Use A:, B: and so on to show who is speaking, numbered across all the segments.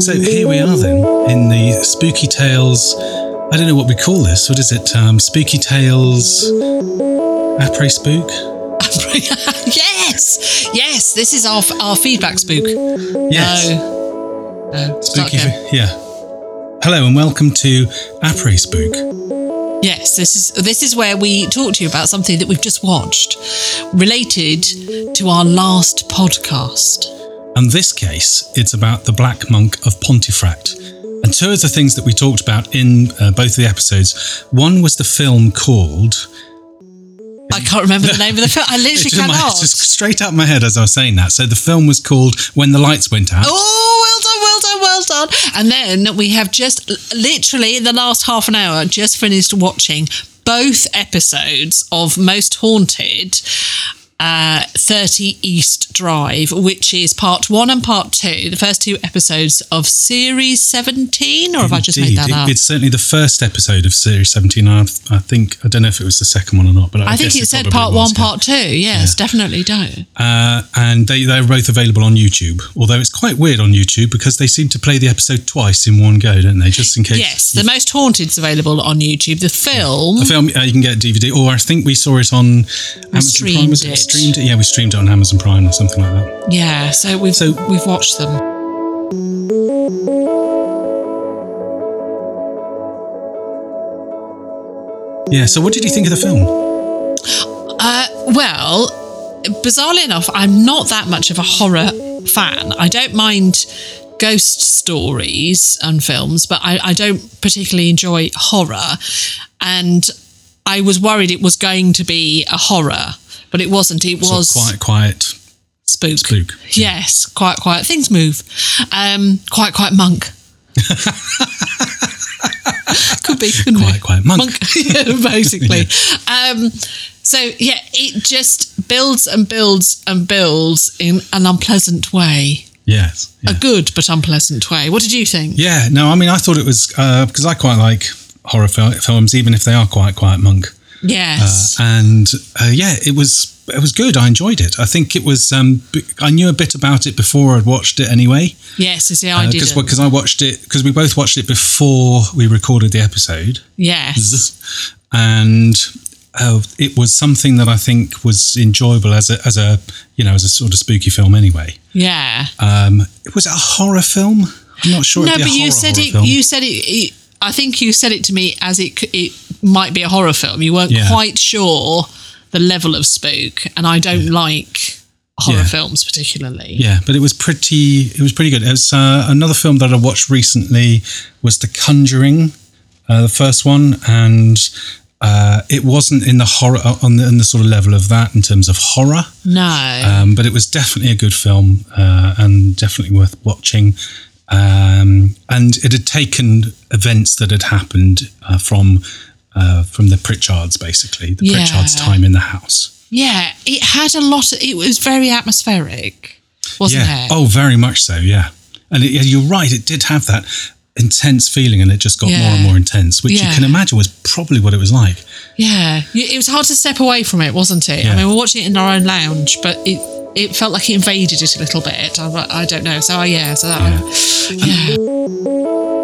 A: So here we are then in the spooky tales. I don't know what we call this. What is it? Um, spooky tales. Après spook.
B: yes, yes. This is our our feedback spook.
A: Yes.
B: No, no. start
A: spooky.
B: again.
A: Yeah. Hello and welcome to Après Spook.
B: Yes, this is this is where we talk to you about something that we've just watched, related to our last podcast.
A: And this case, it's about the Black Monk of Pontefract. And two of the things that we talked about in uh, both of the episodes, one was the film called.
B: I can't remember the name of the film. I literally
A: It's in my-
B: cannot.
A: it's just straight out of my head as I was saying that. So the film was called When the Lights Went Out.
B: Oh, well done, well done, well done. And then we have just l- literally in the last half an hour just finished watching both episodes of Most Haunted. Uh, 30 East Drive, which is part one and part two, the first two episodes of series 17, or have I just made
A: Indeed.
B: that
A: It-
B: up?
A: It's certainly the first episode of Series 17. I, I think, I don't know if it was the second one or not, but I,
B: I think
A: guess
B: it said
A: probably
B: part one,
A: was, yeah.
B: part two. Yes, definitely don't.
A: Uh, and they, they're both available on YouTube. Although it's quite weird on YouTube because they seem to play the episode twice in one go, don't they? Just in case.
B: Yes, The Most Haunted's available on YouTube. The film,
A: The film, uh, you can get DVD, or I think we saw it on Amazon Prime.
B: streamed
A: was it?
B: it.
A: Streamed it. Yeah, we streamed it on Amazon Prime or something like that.
B: yeah, so we've,
A: So-
B: we've watched them.
A: Yeah. So, what did you think of the film?
B: Uh, well, bizarrely enough, I'm not that much of a horror fan. I don't mind ghost stories and films, but I, I don't particularly enjoy horror. And I was worried it was going to be a horror, but it wasn't. It
A: Sort of
B: was
A: quiet, quiet
B: spook.
A: spook.
B: Yes, quite quiet. Things move. Um, quite quiet monk. Could be couldn't
A: Quiet,
B: it?
A: quiet monk.
B: Yeah, basically. Um, so yeah, it just builds and builds and builds in an unpleasant way,
A: Yes. Yeah.
B: a good but unpleasant way. What did you think?
A: Yeah, no, I mean, I thought it was because I quite like horror fil- films, even if they are quite quiet monk. Uh,
B: Yes.
A: and uh, yeah, it was it was good. I enjoyed it. I think it was. Um, b- I knew a bit about it before I'd watched it anyway, Uh,
B: yes. You see, I did.
A: because because I watched it because we both watched it before we recorded the episode,
B: Yes.
A: and. Uh, it was something that I think was enjoyable as a, as a you know as a sort of spooky film anyway.
B: Yeah.
A: Um, was it a horror film? I'm not sure.
B: no,
A: it'd be
B: but
A: a
B: you
A: horror,
B: said
A: horror
B: it.
A: film.
B: You said it, it. I think you said it to me as it. c- It might be a horror film. You weren't
A: Yeah.
B: quite sure the level of spook, and I don't like horror
A: Yeah.
B: films particularly.
A: Yeah, but it was pretty. It was pretty good. It was uh, another film that I watched recently was The Conjuring, uh, the first one, and uh, it wasn't in the horror uh, on the, on the sort of level of that in terms of horror,
B: No.
A: um, but it was definitely a good film uh, and definitely worth watching. Um, and it had taken events that had happened uh, from uh, from the Pritchards, basically the
B: Yeah.
A: Pritchards' time in the house.
B: yeah, it had a lot. Of, it was very atmospheric, wasn't
A: yeah.
B: it?
A: Oh, very much so. Yeah. And it, yeah, you're right. It did have that intense feeling, and it just got more and
B: Yeah.
A: more intense, which you
B: Yeah.
A: can imagine was probably what it was like.
B: Yeah, Y- it was hard to step away from it, wasn't it?
A: Yeah.
B: I mean, we we're watching it in our own lounge, but it it felt like it invaded it a little bit. I, I don't know. So oh, yeah, so that. yeah.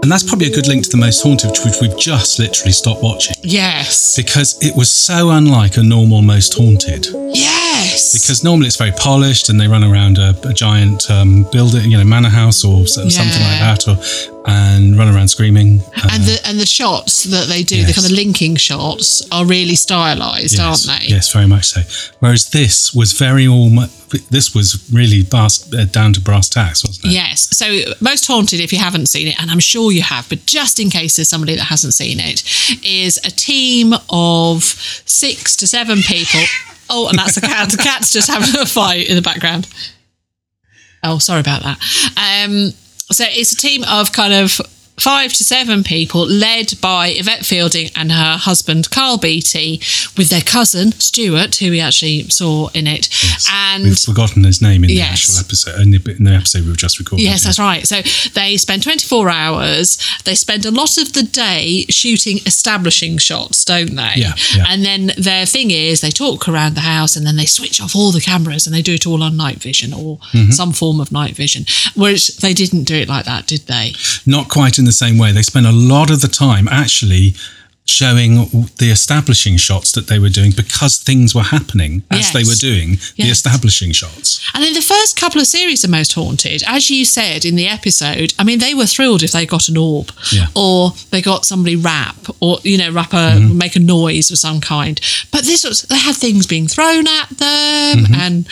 A: And that's probably a good link to the most haunted, which we've just literally stopped watching
B: Yes.
A: because it was so unlike a normal most haunted.
B: Yes.
A: Because normally it's very polished, and they run around a, a giant um, building, you know, manor house or so- something like
B: Yeah.
A: that, or and run around screaming. Uh,
B: and the and the shots that they do, the
A: Yes.
B: kind of linking shots, are really stylized,
A: Yes,
B: aren't they?
A: Yes, very much so. Whereas this was very all. mu- This was really brass, uh, down to brass tacks, wasn't it?
B: Yes. So most haunted, if you haven't seen it, and I'm sure you have, but just in case there's somebody that hasn't seen it, is a team of six to seven people. Oh, and that's the cat. The cat's just having a fight in the background. Oh, sorry about that. Um, so it's a team of kind of five to seven people, led by Yvette Fielding and her husband Carl Beatty, with their cousin Stuart, who we actually saw in it, and
A: We've forgotten his name in
B: Yes.
A: the actual episode, in the, in the episode we've just recorded.
B: Yes, that's right. So they spend 24 hours. They spend a lot of the day shooting establishing shots, don't they?
A: Yeah, yeah.
B: And then their thing is they talk around the house and then they switch off all the cameras and they do it all on night vision or
A: Mm-hmm.
B: some form of night vision, which they didn't do it like that, did they?
A: not quite in the same way. They spent a lot of the time actually showing the establishing shots that they were doing because things were happening as they
B: Yes.
A: were doing the
B: Yes.
A: establishing shots.
B: And in the first couple of series of Most Haunted, as you said in the episode, I mean, they were thrilled if they got an orb
A: Yeah.
B: or they got somebody rap or, you know, rap a,
A: Mm-hmm.
B: make a noise of some kind. But this was, they had things being thrown at them
A: Mm-hmm.
B: and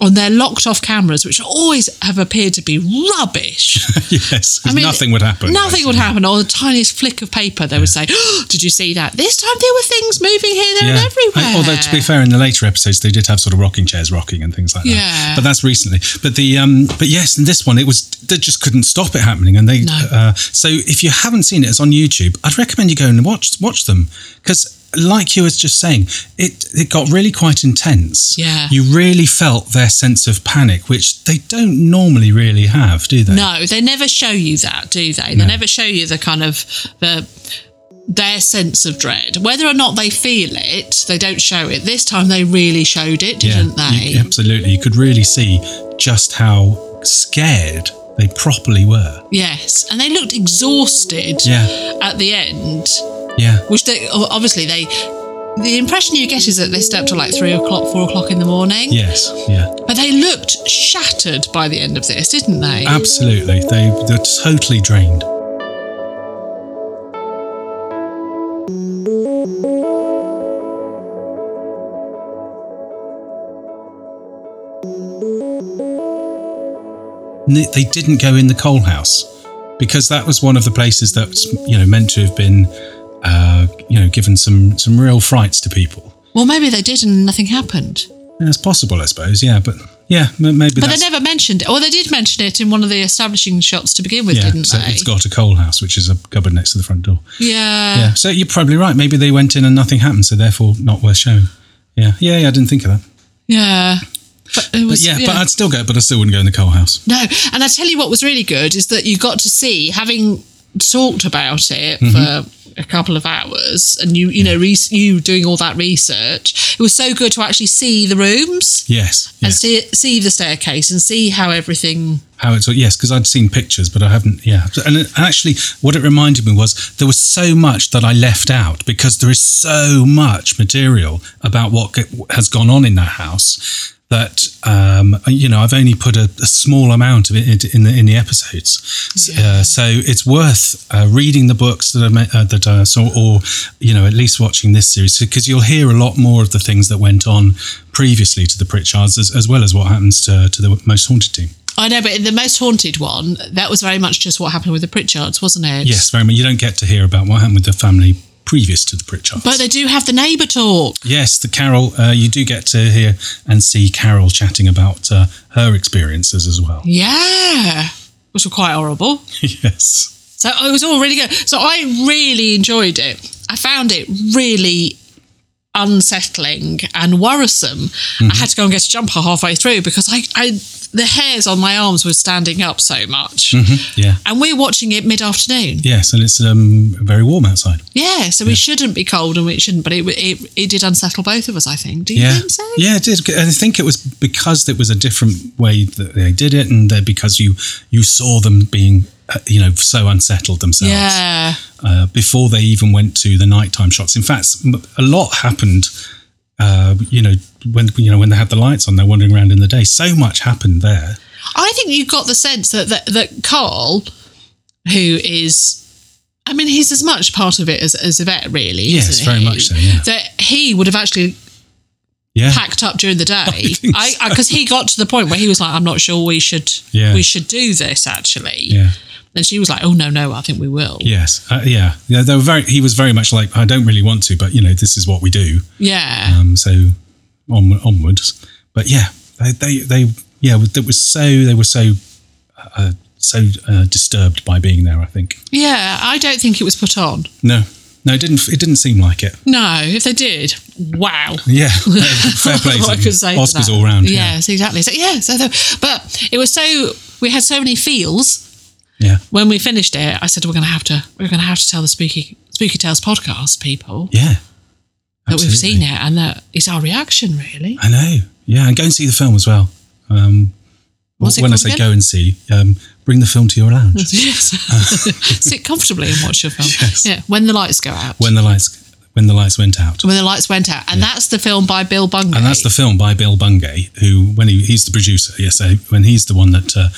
B: on their locked off cameras, which always have appeared to be rubbish.
A: yes, 'cause
B: I mean,
A: nothing would happen.
B: Nothing would
A: basically.
B: happen. Or the tiniest flick of paper, they would say, oh, Did you see that? This time there were things moving here, there, and everywhere.
A: I- although to be fair, in the later episodes they did have sort of rocking chairs rocking and things like
B: Yeah.
A: that. But that's recently. But the um, but yes, in this one it was they just couldn't stop it happening. And they
B: No.
A: uh, so if you haven't seen it, it's on YouTube. I'd recommend you go and watch watch them because. Like you was just saying, it it got really quite intense.
B: Yeah.
A: you really felt their sense of panic, which they don't normally really have, do they?
B: No, they never show you that, do they? They never show you the kind of the their sense of dread. Whether or not they feel it, they don't show it. This time they really showed it, didn't they?
A: you- absolutely. You could really see just how scared they properly were.
B: Yes. And they looked exhausted
A: Yeah,
B: at the end,
A: yeah.
B: which they o- obviously they the impression you get is that they slept till like three o'clock, four o'clock in the morning.
A: Yes, yeah,
B: But they looked shattered by the end of this, didn't they?
A: Um, absolutely. They they're totally drained. N- They didn't go in the coal house because that was one of the places that's you know meant to have been uh, you know given some some real frights to people.
B: well, maybe they did and nothing happened.
A: That's possible, I suppose. Yeah, but yeah, m- maybe.
B: But
A: that's,
B: they never mentioned it. Or they did mention it in one of the establishing shots to begin with,
A: yeah,
B: didn't
A: so
B: they?
A: it's got a coal house, which is a cupboard next to the front door.
B: yeah.
A: Yeah, so you're probably right. Maybe they went in and nothing happened, so therefore not worth showing. Yeah, yeah, yeah I didn't think of that.
B: Yeah. But it
A: But
B: was,
A: yeah, but I'd still go, but I still wouldn't go in the coal house.
B: no. And I tell you what was really good is that you got to see, having talked about it
A: Mm-hmm.
B: for a couple of hours, and you, you know, re- you doing all that research, it was so good to actually see the rooms
A: Yes,
B: and
A: yes.
B: see see the staircase and see how everything.
A: How it's yes, because I'd seen pictures, but I haven't. Yeah, and it- actually, what it reminded me was there was so much that I left out because there is so much material about what g- has gone on in that house that um, you know I've only put a, a small amount of it in the in the episodes. S- Uh, so it's worth uh, reading the books that I me- uh, that I saw, or you know at least watching this series because you'll hear a lot more of the things that went on previously to the Pritchards as, as well as what happens to, to the most haunted team.
B: I know, but in the most haunted one, that was very much just what happened with the Pritchards, wasn't it?
A: Yes, very much. You don't get to hear about what happened with the family previous to the Pritchards.
B: But they do have the neighbour talk.
A: yes, the Carol. Uh, you do get to hear and see Carol chatting about uh, her experiences as well.
B: Yeah. Which were quite horrible.
A: yes.
B: So it was all really good. So I really enjoyed it. I found it really unsettling and worrisome.
A: Mm-hmm.
B: I had to go and get a jumper halfway through because I, I the hairs on my arms were standing up so much.
A: Yeah.
B: And we're watching it mid afternoon.
A: Yes, and it's um, very warm outside.
B: Yeah, so we shouldn't be cold and we shouldn't, but it, it it did unsettle both of us, I think. Do you
A: Yeah,
B: think so?
A: yeah, it did. And I think it was because it was a different way that they did it, and uh, because you you saw them being, uh, you know, so unsettled themselves.
B: Yeah.
A: uh, before they even went to the nighttime shots. In fact, m- a lot happened. Uh, you know when you know when they had the lights on, they're wandering around in the day. So much happened there.
B: I think you got the sense that that, that Carl, who is, I mean, he's as much part of it as, as Yvette, really.
A: Yes,
B: isn't
A: very
B: he?
A: much so, yeah.
B: That he would have actually
A: Yeah,
B: packed up during the day,
A: think
B: I because he got to the point where he was like, "I'm not sure we should,
A: Yeah.
B: we should do this actually."
A: yeah,
B: And she was like, "Oh no, no, I think we will."
A: yes, uh, yeah. yeah they were very. He was very much like, I don't really want to, but you know, this is what we do.
B: Yeah.
A: Um, so on, onwards, but yeah, they, they, they yeah, it was so they were so uh, so uh, disturbed by being there. I think
B: Yeah, I don't think it was put on.
A: no, no, it didn't. It didn't seem like it.
B: No, if they did, wow.
A: Yeah, fair play.
B: What I could say for
A: Oscars
B: that.
A: all round. Yeah,
B: Yes, exactly. So yeah, so the- but it was so we had so many feels
A: yeah,
B: when we finished it. I said we're going to have to we're going to have to tell the spooky spooky tales podcast people
A: yeah.
B: that we've
A: Absolutely.
B: seen it and that it's our reaction really.
A: I know. Yeah, and go and see the film as well. Um,
B: What's it
A: when I
B: called
A: say
B: again? Hmm.
A: go and see, um, bring the film to your lounge
B: yes, sit comfortably and watch your film.
A: Yes.
B: Yeah, when the lights go out.
A: when the lights when the lights went out.
B: when the lights went out, and that's the film by Bill Bungay.
A: And that's the film by Bill Bungay, who, when he, he's the producer, yes, so when he's the one that uh,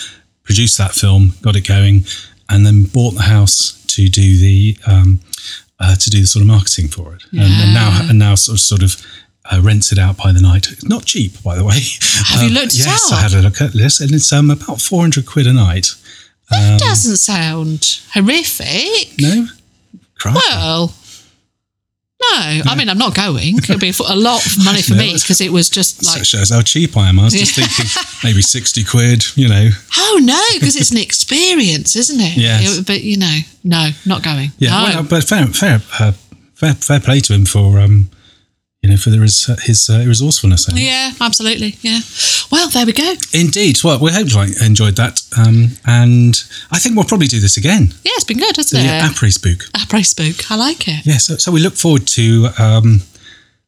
A: produced that film, got it going, and then bought the house to do the um, uh, to do the sort of marketing for it, and, and now and now sort of sort of uh, rents it out by the night. It's not cheap, by the way. Have
B: you looked it
A: Yes, I
B: up?
A: had a look at this, and it's um, about four hundred quid a night.
B: That doesn't sound horrific.
A: No, crap.
B: Well, no, I mean I'm not going. It'd be a lot of money for me because it was just
A: So
B: like,
A: it shows how cheap I am. I was just thinking maybe sixty quid. You know,
B: oh no, because it's an experience, isn't it?
A: Yes.
B: It- but you know, no, not going.
A: Yeah,
B: no.
A: well, but fair, fair, uh, fair, fair play to him for um, you know, for the res- his uh, resourcefulness. I think.
B: yeah, absolutely. Yeah. Well, there we go.
A: Indeed. Well, we hope you like- enjoyed that, um, and I think we'll probably do this again.
B: Yeah, it's been good, hasn't
A: The
B: it?
A: yeah. après spook.
B: Après spook. I like it.
A: Yeah. So, so we look forward to um,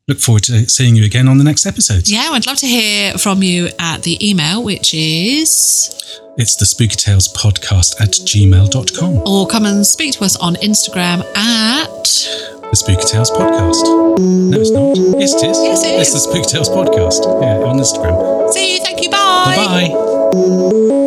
A: look forward to seeing you again on the next episode.
B: Yeah, I'd love to hear from you at the email, which is
A: It's the Spooky Tales podcast at gmail.com.
B: or come and speak to us on Instagram at.
A: The Spooky Tales podcast. No, it's not. Yes, it is.
B: Yes, it
A: it's
B: is.
A: the Spooky Tales podcast. Yeah, on Instagram.
B: See you. Thank you.
A: Bye.